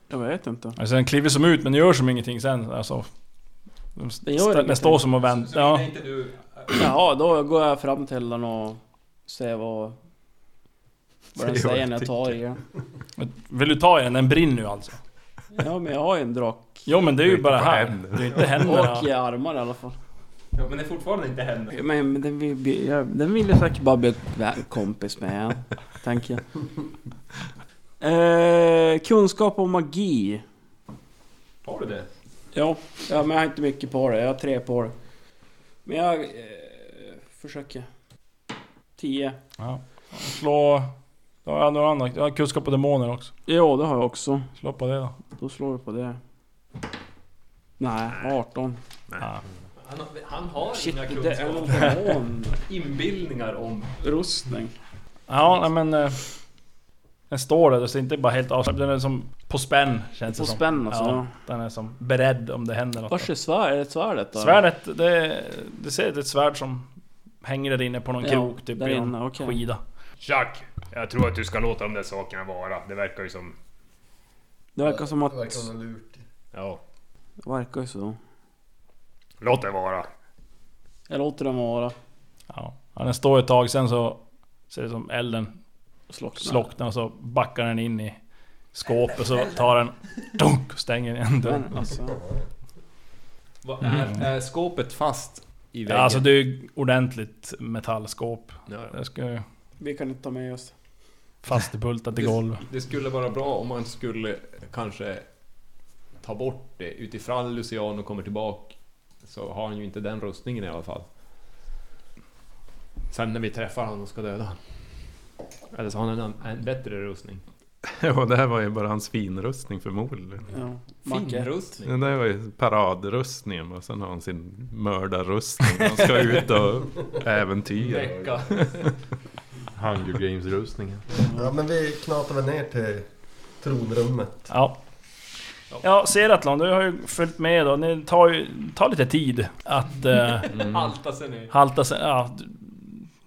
Jag vet inte.
Alltså den kliver som ut men gör som ingenting sen. Alltså, den,
Den gör
st-
ingenting.
den står som och väntar. Ja.
Jaha, då går jag fram till den och ser vad... Vad den
Se vad
säger
jag
när jag tar i den.
Vill du ta i den? Den brinner ju alltså.
Ja men jag har ju en drak.
Jo men det är
Det är
ju
inte
bara
på
här.
händer.
Det är inte händerna.
Och i armar i alla fall.
Ja, men det är fortfarande inte händer.
Men, men den, vill, bli- jag- den vill jag säkert bara bli vä- kompis med en, tänker jag. Eh, kunskap om magi.
Har du det?
Ja, ja, men jag har inte mycket på det. Jag har tre på det. Men jag eh, försöker. Tio.
Ja. Slå... Ja, jag har några andra. Jag har kunskap på demoner också.
Ja, det har jag också.
Slå på det då.
Då slår du på det. Nej, 18.
Ja.
Han, har- han har
Shit,
inga
det är en
kunskaper.
[LAUGHS]
demon.
Inbildningar om...
Rustning.
Ja, nej, men... eh, Den står där, så det är inte bara helt avslappnad. Den är som på spänn, känns
På
det som.
spänn alltså, ja.
Den är som beredd om det händer något.
Vars är svärd? Är det svärdet då?
Svärdet, det... Du ser, det är ett svärd som hänger där inne på någon
Ja,
krok, typ
där
i
inne,
en
okej.
skida.
Jack, jag tror att du ska låta de där sakerna vara. Det verkar ju som...
Det verkar som att...
Det verkar vara lurt.
Ja.
Det verkar ju så.
Låt det vara.
Jag låter den vara.
Ja. Ja, den står ett tag, sen så ser det som elden
slocknar.
och så backar den in i skåpet så tar den dunk och stänger igen dörren.
Men alltså.
Vad är, är skåpet fast i
Ja,
väggen?
alltså det är ju ordentligt metallskåp. Det ska ju
Vi kan inte ta med oss.
fastbultat i golv.
Det skulle vara bra om man skulle kanske ta bort det utifrån Luciano kommer tillbaka så har han ju inte den rustningen i alla fall. Sen när vi träffar honom och ska döda honom. Eller så har han en, en bättre rustning.
[LAUGHS] Ja, det här var ju bara hans finrustning förmodligen.
Ja.
Finrustning.
Det där var ju paradrustningen och sen har han sin mördarrustning. Han ska ut och äventyra.
Väcka.
Hunger Games-rustningen.
Ja men vi knatar väl ner till tronrummet.
Ja. Ja, Seratlon, du har ju följt med då. Det tar ju tar lite tid att... Eh,
Halta sig ner.
Halta sig... Ja, du-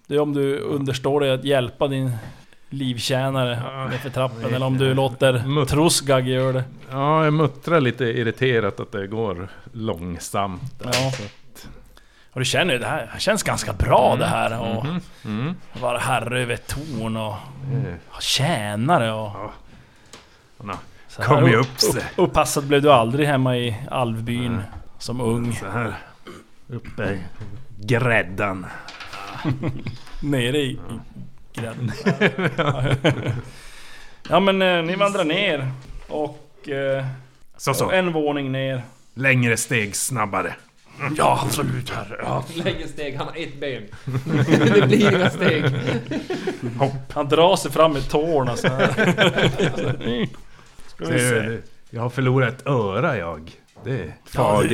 det är om du understår dig att hjälpa din livtjänare nerför trappen eller om du låter Trosgag göra det.
Ja, jag muttrar lite irriterat att det går långsamt. där.
Ja. Och du känner ju det här känns ganska bra det här och
Mhm. Mm.
vara herre över ett torn och
Mm.
ha tjänare och...
Han har
Så här
kommit
upp-
upp sig.
upp- Uppassad blev du aldrig hemma i Alvbyn som ung.
Så här uppe i gräddan.
Nere i, i grädden. ja men eh, ni vandrar ner och... Eh,
Så, så.
En våning ner.
Längre steg, snabbare.
Ja absolut herre. Ja.
Lägger steg, han har ett ben. det blir inga steg.
Han drar sig fram med tårna så här. Ska vi
Ser
se.
du, jag har förlorat ett öra jag. Det är
Ja, det är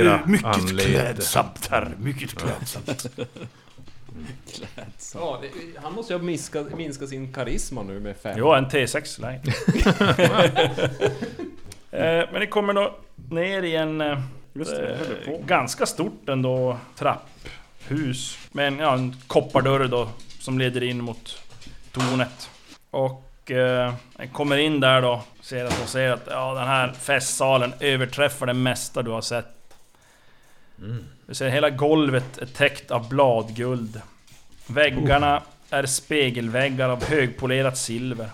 fagra
mycket
anlete.
klädsamt, herre, mycket klädsamt.
Ja, det, han måste ju ha miska, minska sin karisma nu med fem.
Jo en T6 nej. eh, men ni kommer då ner i en... eh,
Just det, jag höll
eh, ganska stort ändå trapphus. Med en, ja, en koppardörr då som leder in mot tornet. Och eh, jag kommer in där då. Ser att, och ser att ja, den här festsalen överträffar det mesta du har sett.
Mm.
Du ser hela golvet är täckt av bladguld. Väggarna
Oh.
är spegelväggar av högpolerat silver.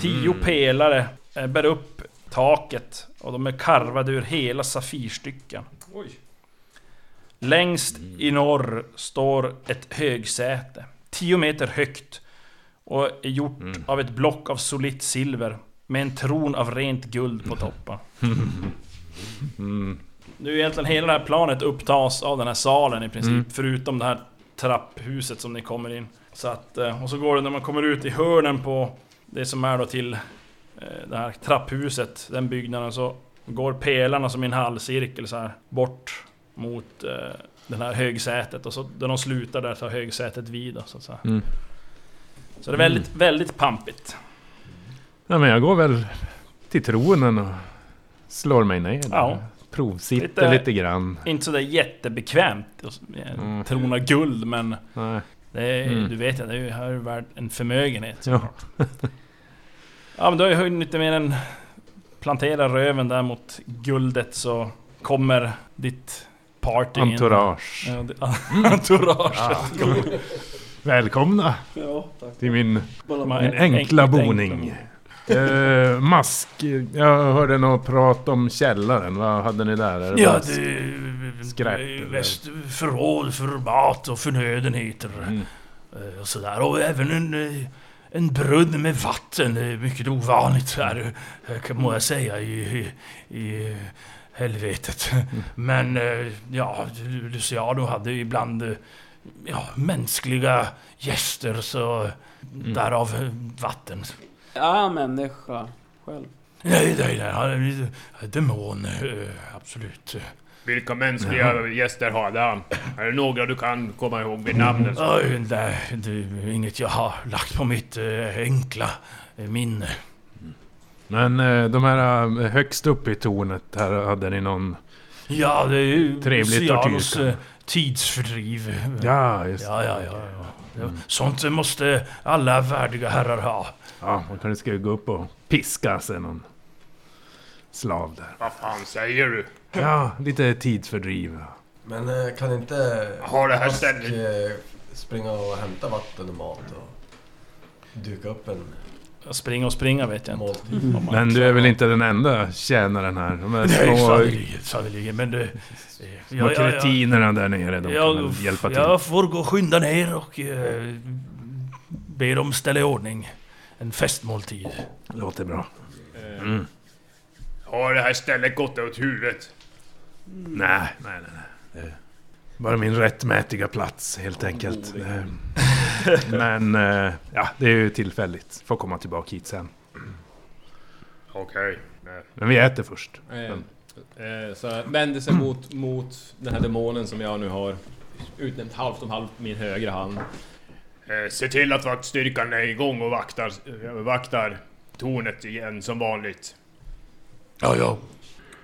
Tio
Mm.
pelare eh, bär upp taket och de är karvade ur hela safirstycken.
Oj.
Längst i norr står ett högsäte. 10 meter högt. Och är gjort
Mm.
av ett block av solitt silver. Med en tron av rent guld på toppen.
[LAUGHS] Mm.
Nu är egentligen hela det här planet upptas av den här salen i princip.
Mm.
Förutom det här trapphuset som ni kommer in. Så att, eh, och så går det när man kommer ut i hörnen på det som är då till eh, det här trapphuset, den byggnaden. Så går pelarna som i en halvcirkel så här bort mot eh, det här högsätet. Och så när de slutar där tar högsätet vid. Då, så, att säga.
Mm.
så det är väldigt, väldigt pampigt.
Nej men jag går väl till tronen och slår mig ner. där.
Ja.
Provsitter lite, grann.
Inte sådär jättebekvämt. och så-
Mm.
Trona guld men...
Nej.
Det är,
Mm.
Du vet ju, det är ju, här är ju värt en förmögenhet
Ja.
såklart. ja men du har ju hunnit mer än plantera röven där mot guldet så kommer ditt party in.
Entourage.
Ja, det, [LAUGHS] entourage.
Ah. Välkomna
Ja, tack.
till min,
Bara-
min enkla
Enkelt,
boning. Eh, mask, jag hörde något prat om källaren. Vad hade ni där? Är det
Ja,
bara
det
skräp,
är
eller?
väst, förråd för mat och förnödenheter.
Mm.
Eh, Och sådär. Och även en, eh, en brunn med vatten. Eh, Mycket ovanligt här, eh, kan- må jag säga, i, i, i helvetet.
Mm.
Men eh, ja, Luciano hade ju ibland eh, ja, mänskliga gäster, så
Mm.
därav eh, vatten.
Ja, människa. Själv.
Nej, nej, nej, han är eh, demon, eh, absolut.
Vilka mänskliga gäster hade han? Är det några du kan komma ihåg vid namnen?
Oj, nej, det är inget jag har lagt på mitt eh, enkla eh, minne.
Men eh, de här eh, högst upp i tornet, här hade ni någon...
Ja, det är ju
Trevlig
Lucianos
tortyrkamp.
eh, tidsfördriv.
Ja, just
ja, ja, ja, ja. Sånt måste alla värdiga herrar ha.
Ja, man kanske ska ju gå upp och piska sig någon slav där.
Vad fan säger du?
Ja, lite tidsfördriv.
Men eh, kan inte
Har det här
Ask,
stället-
eh, springa och hämta vatten och mat och duka upp en...
Springa och springa vet jag inte.
Mm. Men du är väl inte den enda tjänaren här? De här
Nej,
små
sannerligen, sannerligen. Men det...
små kretinerna där nere, de kan
jag,
väl hjälpa till?
jag får gå och skynda ner och eh, be dem ställa i ordning en festmåltid.
Låter bra.
Mm.
Har det här stället gått åt huvudet?
Nej, nej, nej. nej. Det är bara min rättmätiga plats helt enkelt. Eh, Men eh, ja, det är ju tillfälligt. Får komma tillbaka hit sen.
Okej. Nej.
Men vi äter först.
Mm.
Eh, eh, så här, vänder sig mot, mot den här demonen som jag nu har utnämnt halvt om halvt på min högra hand.
Eh, Se till att vaktstyrkan är igång och vaktar, eh, vaktar tornet igen som vanligt.
Ja, ja.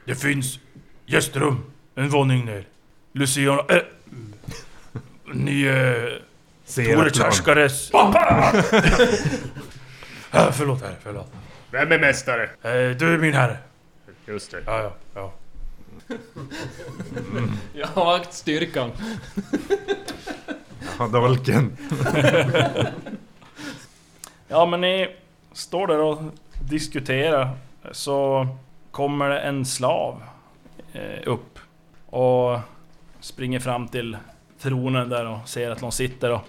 Det finns gästrum. En våning ner. Lucian... Äh, ni... Äh,
Ser
Torets
att någon-
härskares... [LAUGHS] Ah, förlåt herre, förlåt.
Vem är mästare?
Eh, du är min herre.
Just det.
Ja, ja, ja.
Jag har aktstyrkan.
Ja, dolken.
Ja men ni står där och diskuterar så kommer det en slav eh, upp och springer fram till tronen där och ser att någon sitter och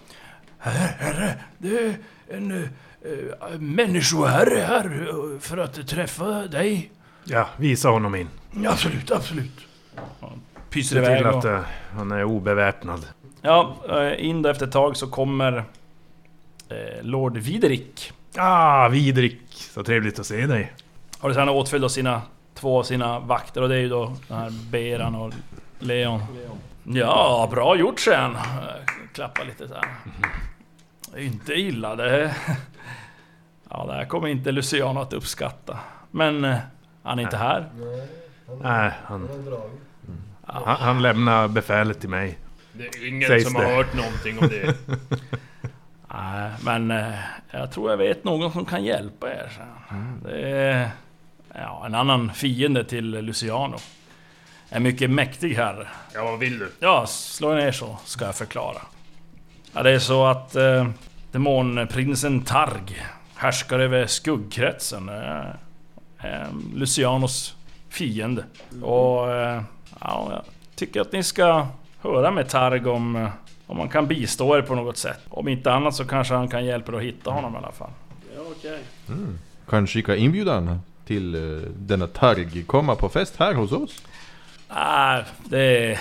Herre, herre, det är en
eh,
äh, människoherre här eh, för att träffa dig.
Ja, visa honom in.
Absolut, absolut.
pyser
Se till
iväg
att
och,
eh, han är obeväpnad.
Ja, eh, in där efter ett tag så kommer eh, Lord Viderik
Ah, Vidrik! Så trevligt att se dig.
Och det- han är åtföljd av sina, två av sina vakter och det är ju då den här Beran och Leon. Ja, bra gjort sen. Klappa lite så här. Inte illa det. Ja, det här kommer inte Luciano att uppskatta. Men eh, han är inte här.
Nej, han... Han, han lämnar befälet till mig.
Det är ingen
Sägs
som har hört någonting om
[LAUGHS]
det.
Nej, men eh, jag tror jag vet någon som kan hjälpa er. sa han. Det är ja, en annan fiende till Luciano. En mycket mäktig herre.
Ja, vad vill du?
Ja, slå ner så ska jag förklara. Ja, det är så att eh, demonprinsen Targ härskar över skuggkretsen. Eh, eh, Lucianos fiende. Och eh, ja, jag tycker att ni ska höra med Targ om, eh, om man kan bistå er på något sätt. Om inte annat så kanske han kan hjälpa er att hitta honom i alla fall.
Ja, okej.
Mm. Kan skicka inbjudan till eh, denna Targ. Komma på fest här hos oss.
Nej, Ah, det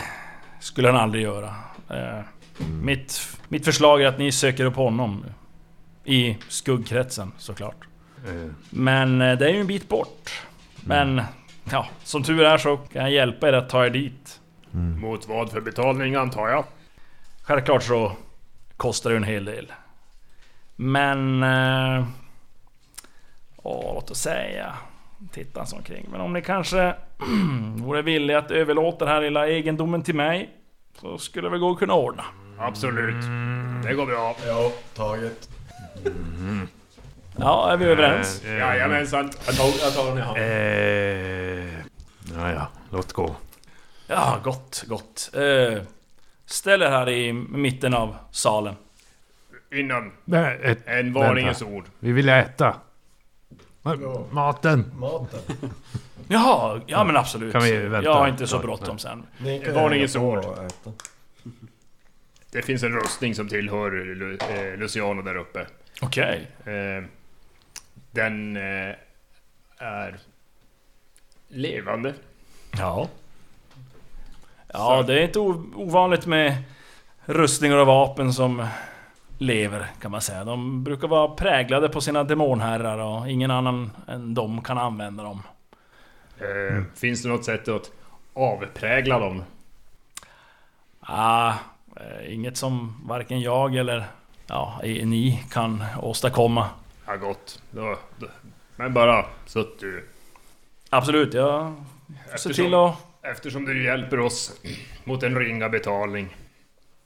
skulle han aldrig göra. Eh, mitt, mitt förslag är att ni söker upp honom. I skuggkretsen såklart. Men eh, det är ju en bit bort. Men ja, som tur är så kan jag hjälpa er att ta er dit.
Mot vad för betalning antar jag?
Självklart så kostar det ju en hel del. Men... Eh, åh, låt oss säga... Titta sig omkring. Men om ni kanske [CLEARS THROAT] vore villiga att överlåta den här lilla egendomen till mig. Så skulle det väl gå att kunna ordna.
Absolut.
Mm.
Det går bra.
Ja, taget.
Ja, är vi överens?
Eh, eh,
Jajamensan.
Jag tar, jag tar den i hand.
Eh, ja, ja, låt gå.
Ja, gott, gott. Eh, ställ er här i mitten av salen.
Innan.
Nej, ett-
En varningens
vänta.
ord.
Vi vill äta. Ma- Maten.
Maten.
Jaha, ja men absolut.
Kan vi vänta?
Jag har inte så
Ja,
bråttom
nej.
sen.
Ni kan
Varningens
hålla
ord.
på och äta.
Det finns en rustning som tillhör Lu- eh, Luciano där uppe.
Okej.
Eh, Den eh, är levande.
Ja. Ja, det är inte o- ovanligt med rustningar och vapen som lever, kan man säga. De brukar vara präglade på sina demonherrar och ingen annan än de kan använda dem.
Eh, Finns det något sätt att avprägla dem?
Ah, eh, inget som varken jag eller ja, i- ni kan åstadkomma.
Ja, gott. Då, då. Men bara så att du...
Absolut, jag ser till att...
eftersom du hjälper oss mot en ringa betalning.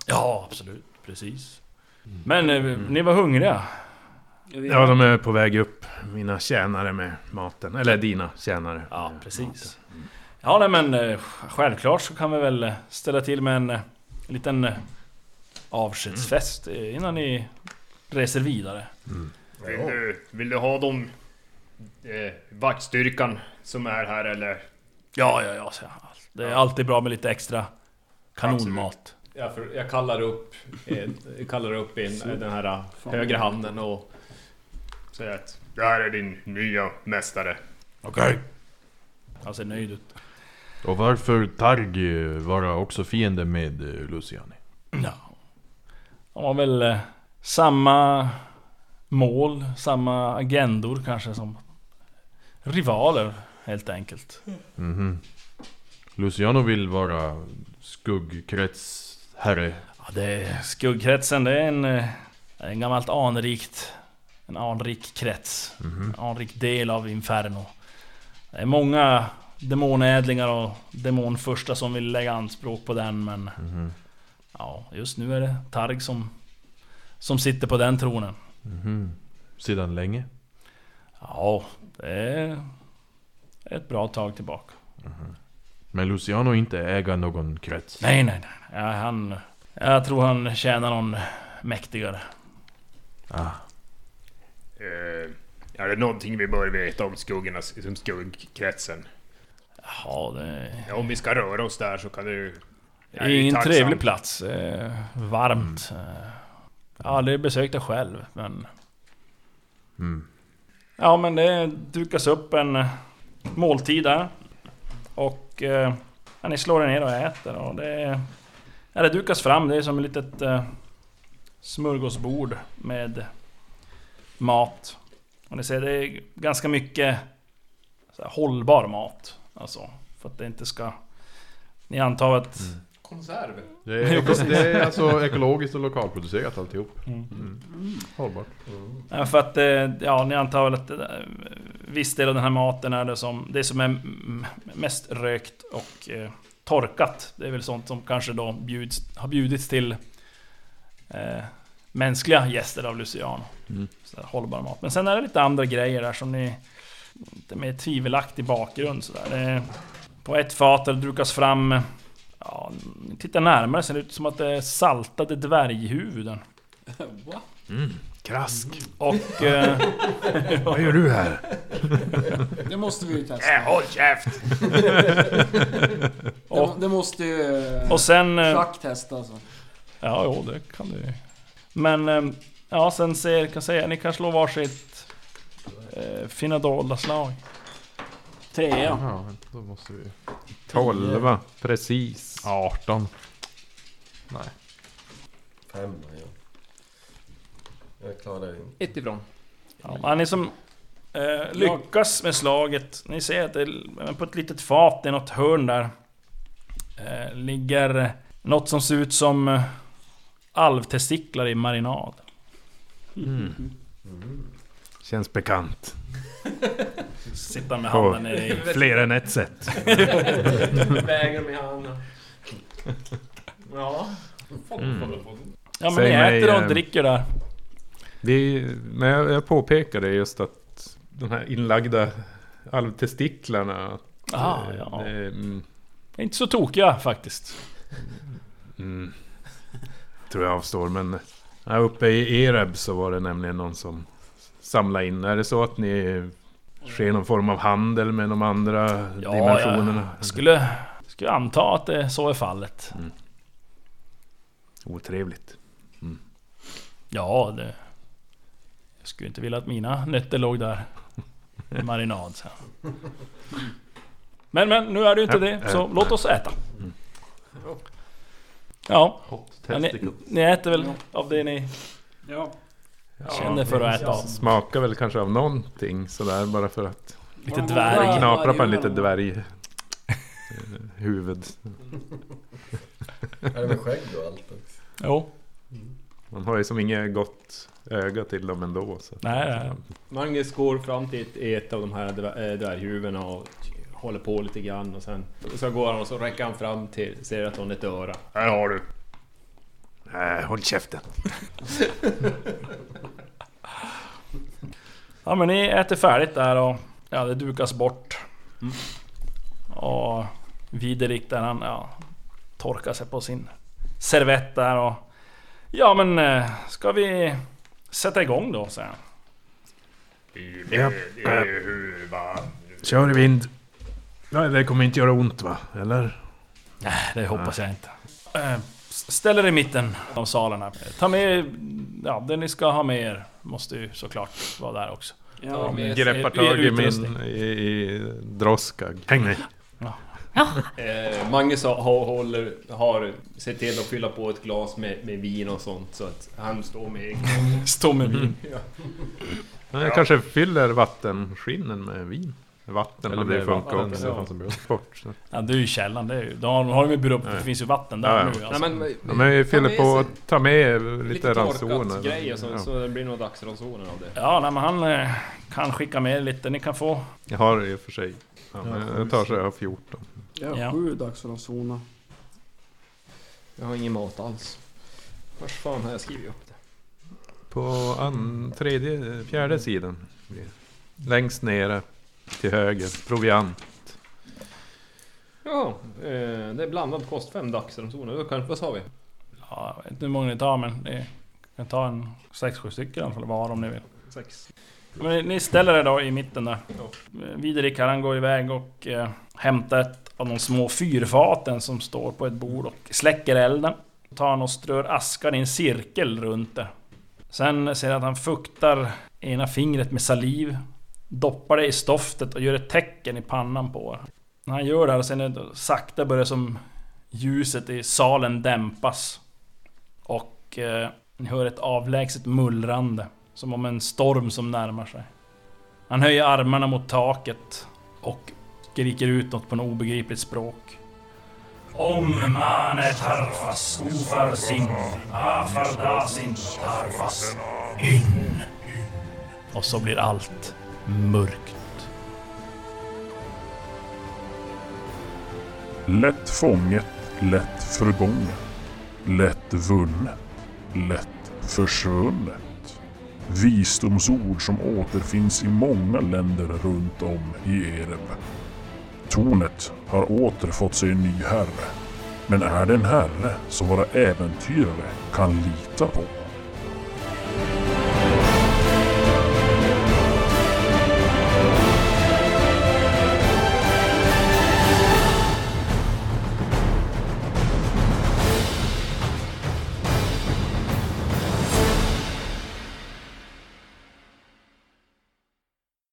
Ja, absolut. Precis. Men eh, ni var hungriga?
Ja, de är på väg upp. Mina tjänare med maten. Eller dina tjänare.
Ja, precis. Ja, nej, men eh, självklart så kan vi väl ställa till med en eh, liten eh, avskedsfest eh, innan ni reser vidare.
Vill du, vill du ha dem eh, vaktstyrkan som är här eller?
Ja, ja, ja, säger han. Det är alltid bra med lite extra kanonmat.
Jag, för, jag kallar upp, eh, kallar upp in eh, den här
Fan.
högra handen och
Säg att det här är din nya mästare.
Okej. Han ser Alltså, nöjd ut.
Och varför Targ eh, vara också fiende med eh, Luciani?
De har väl eh, samma mål, samma agendor kanske som rivaler helt enkelt.
Mhm. Luciano vill vara skuggkretsherre.
Ja, det är skuggkretsen, det är en, eh, en gammalt anrikt... En anrik krets.
Mhm.
En anrik del av Inferno. Det är många demonädlingar och demonförsta som vill lägga anspråk på den men... Ja, just nu är det Targ som, som sitter på den tronen.
Mhm. Sedan länge?
Ja, det är ett bra tag tillbaka.
Men Luciano inte äger någon krets?
Nej, nej, nej. Ja, han, jag tror han tjänar någon mäktigare.
Ah.
Eh, är det någonting vi bör veta om alltså, skuggornas, om skuggkretsen?
Ja, det...
Ja, om vi ska röra oss där så kan du...
Det är ingen trevlig plats. Eh, varmt. Eh, jag har aldrig besökt det själv, men...
Mm.
Ja, men det dukas upp en eh, måltid där. Och... Eh, ja, ni slår er ner och äter och det... Ja, det dukas fram. Det är som ett litet eh, smörgåsbord med mat. Och ni ser, det är ganska mycket så här, hållbar mat. Alltså, för att det inte ska... Ni antar att...
Konserver?
Det är, det är alltså ekologiskt och lokalproducerat alltihop. Mm. Hållbart.
Nej, För att, eh, ja ni antar väl att det där, viss del av den här maten är det som, det som är m- mest rökt och eh, torkat. Det är väl sånt som kanske då bjuds, har bjudits till eh, mänskliga gäster av Luciano.
Mm.
Så där, hållbar mat. Men sen är det lite andra grejer där som ni... Lite mer tvivelaktig bakgrund sådär. Det är- På ett fat där det dukas fram... eh, Ja, titta närmare ser det ut som att det är saltade dvärghuvuden.
Va?
Mm.
Krask. Och... Eh,
Vad gör du här?
Det måste vi ju testa.
Äh, håll käft!
[LAUGHS] det, det måste ju... eh,
Och sen, eh,
Schack testa alltså.
Ja, jo, det kan du ju. Men eh, ja, sen ser, kan säga, ni kan slå varsitt eh, fina dolda slag. Trea.
Jaha, vänta, då måste vi...
12,
precis. 18. Nej.
Fem, ja. Jag klarar det inte.
ett ifrån.
Ja, men ni som eh, lyckas med slaget, ni ser att det är på ett litet fat i något hörn där eh, ligger något som ser ut som eh, alvtestiklar i marinad.
Mm. Känns bekant.
Sitta med
På
handen nere i...
fler än ett sätt.
Vägen med handen. Ja.
Mm.
Ja men
Säg
ni
mig,
äter och
eh,
dricker där.
Vi, men jag, jag påpekade just att de här inlagda alvtestiklarna... att,
Ah,
eh,
ja.
det är, mm,
Inte så tokiga faktiskt.
Mm. Tror jag avstår, men här uppe i Ereb så var det nämligen någon som samlade in. Är det så att ni sker någon form av handel med de andra
Ja,
dimensionerna?
jag skulle, skulle anta att det, så är fallet.
Otrevligt. Mm.
Ja, det... Jag skulle inte vilja att mina nötter låg där. I marinad så. här. Men men, nu är det ju inte
Ja,
det. Så
äh,
låt oss äta. Ja. ja ni,
testicle.
ni äter väl av det ni
Ja.
känner för att äta av?
Smakar väl kanske av någonting sådär bara för att...
Lite dvärg.
Knapra på en
Ja, det
liten
gör
dvärg... eh, Huvud.
Är det med skägg och allt också?
Jo.
Man har ju som inget gott öga till dem ändå. Så.
Magnus går fram till ett, ett av de här dvär- eh, dvärghuvudena och håller på lite grann och sen så går han och så räcker han fram till Seraton ett öra.
Här har du.
Nej, håll käften.
Ja
Mm.
men ni äter färdigt där och ja, det dukas bort. Och Widerik där han ja, torkar sig på sin servett där och... Ja men eh, ska vi sätta igång då säger han.
Ja. Kör i vind. Nej, det kommer inte göra ont va? Eller?
Nej, det hoppas jag inte. Eh, s- Ställ er i mitten av salen här. Eh, Ta med... Ja, det ni ska ha med er måste ju såklart vara där också.
Ja,
Om ni- er-
Greppar
er
tag i
utrustning.
min... I, i droskag. Häng med.
Eh, Magnus har, har- håller, har sett till att fylla på ett glas med, med vin och sånt så att han står med...
står med vin.
Ja.
Jag kanske fyller vattenskinnen med vin. Vatten
Eller
hade ju
med
funkat
vatten, det
också.
fanns en bra.
Bort, så.
Ja, du är ju källan. Det är ju, de har, har de ju burit upp, det finns ju vatten där
Ja, ja.
nu alltså.
Nej, men-
Ja, men vi fyller
Ta
på
med
att ta med lite,
torkat
ransoner.
grejer så,
Ja.
så det blir några dagsransoner av det.
Ja, nej, men han eh, kan skicka med er lite. Ni kan få...
Jag har det i och för sig. Ja,
Ja,
men jag
sjukt.
tar så jag har 14.
Jag har
Ja.
sju dagsransoner.
Jag har ingen mat alls. Vars fan har jag skrivit upp det?
På an, tredje, fjärde sidan. Längst nere till höger. Proviant.
Ja, eh, det är blandad kost fem dagsransoner. Då kan- Vad sa vi?
Ja, jag vet inte hur många ni tar men ni kan ta en 6-7 stycken i alla fall var om ni vill.
Sex.
Men ni, ni ställer er då i mitten där. Eh, Widerik här han går iväg och eh, hämtar ett av de små fyrfaten som står på ett bord och släcker elden. Tar han och strör askan i en cirkel runt det. Sen ser jag att han fuktar ena fingret med saliv. Doppar det i stoftet och gör ett tecken i pannan på er. När han gör det här ser ni att sakta börjar som ljuset i salen dämpas. Och eh, ni hör ett avlägset mullrande. Som om en storm som närmar sig. Han höjer armarna mot taket och skriker ut något på något obegripligt språk. Om mane tarfas ofarsin, afardasin tarfas in. Och så blir allt mörkt.
Lätt fånget, lätt förgånget. Lätt vunnet, lätt försvunnet. Visdomsord som återfinns i många länder runt om i Ereb. Tornet har återfått sig en ny herre. Men är det en herre som våra äventyrare kan lita på?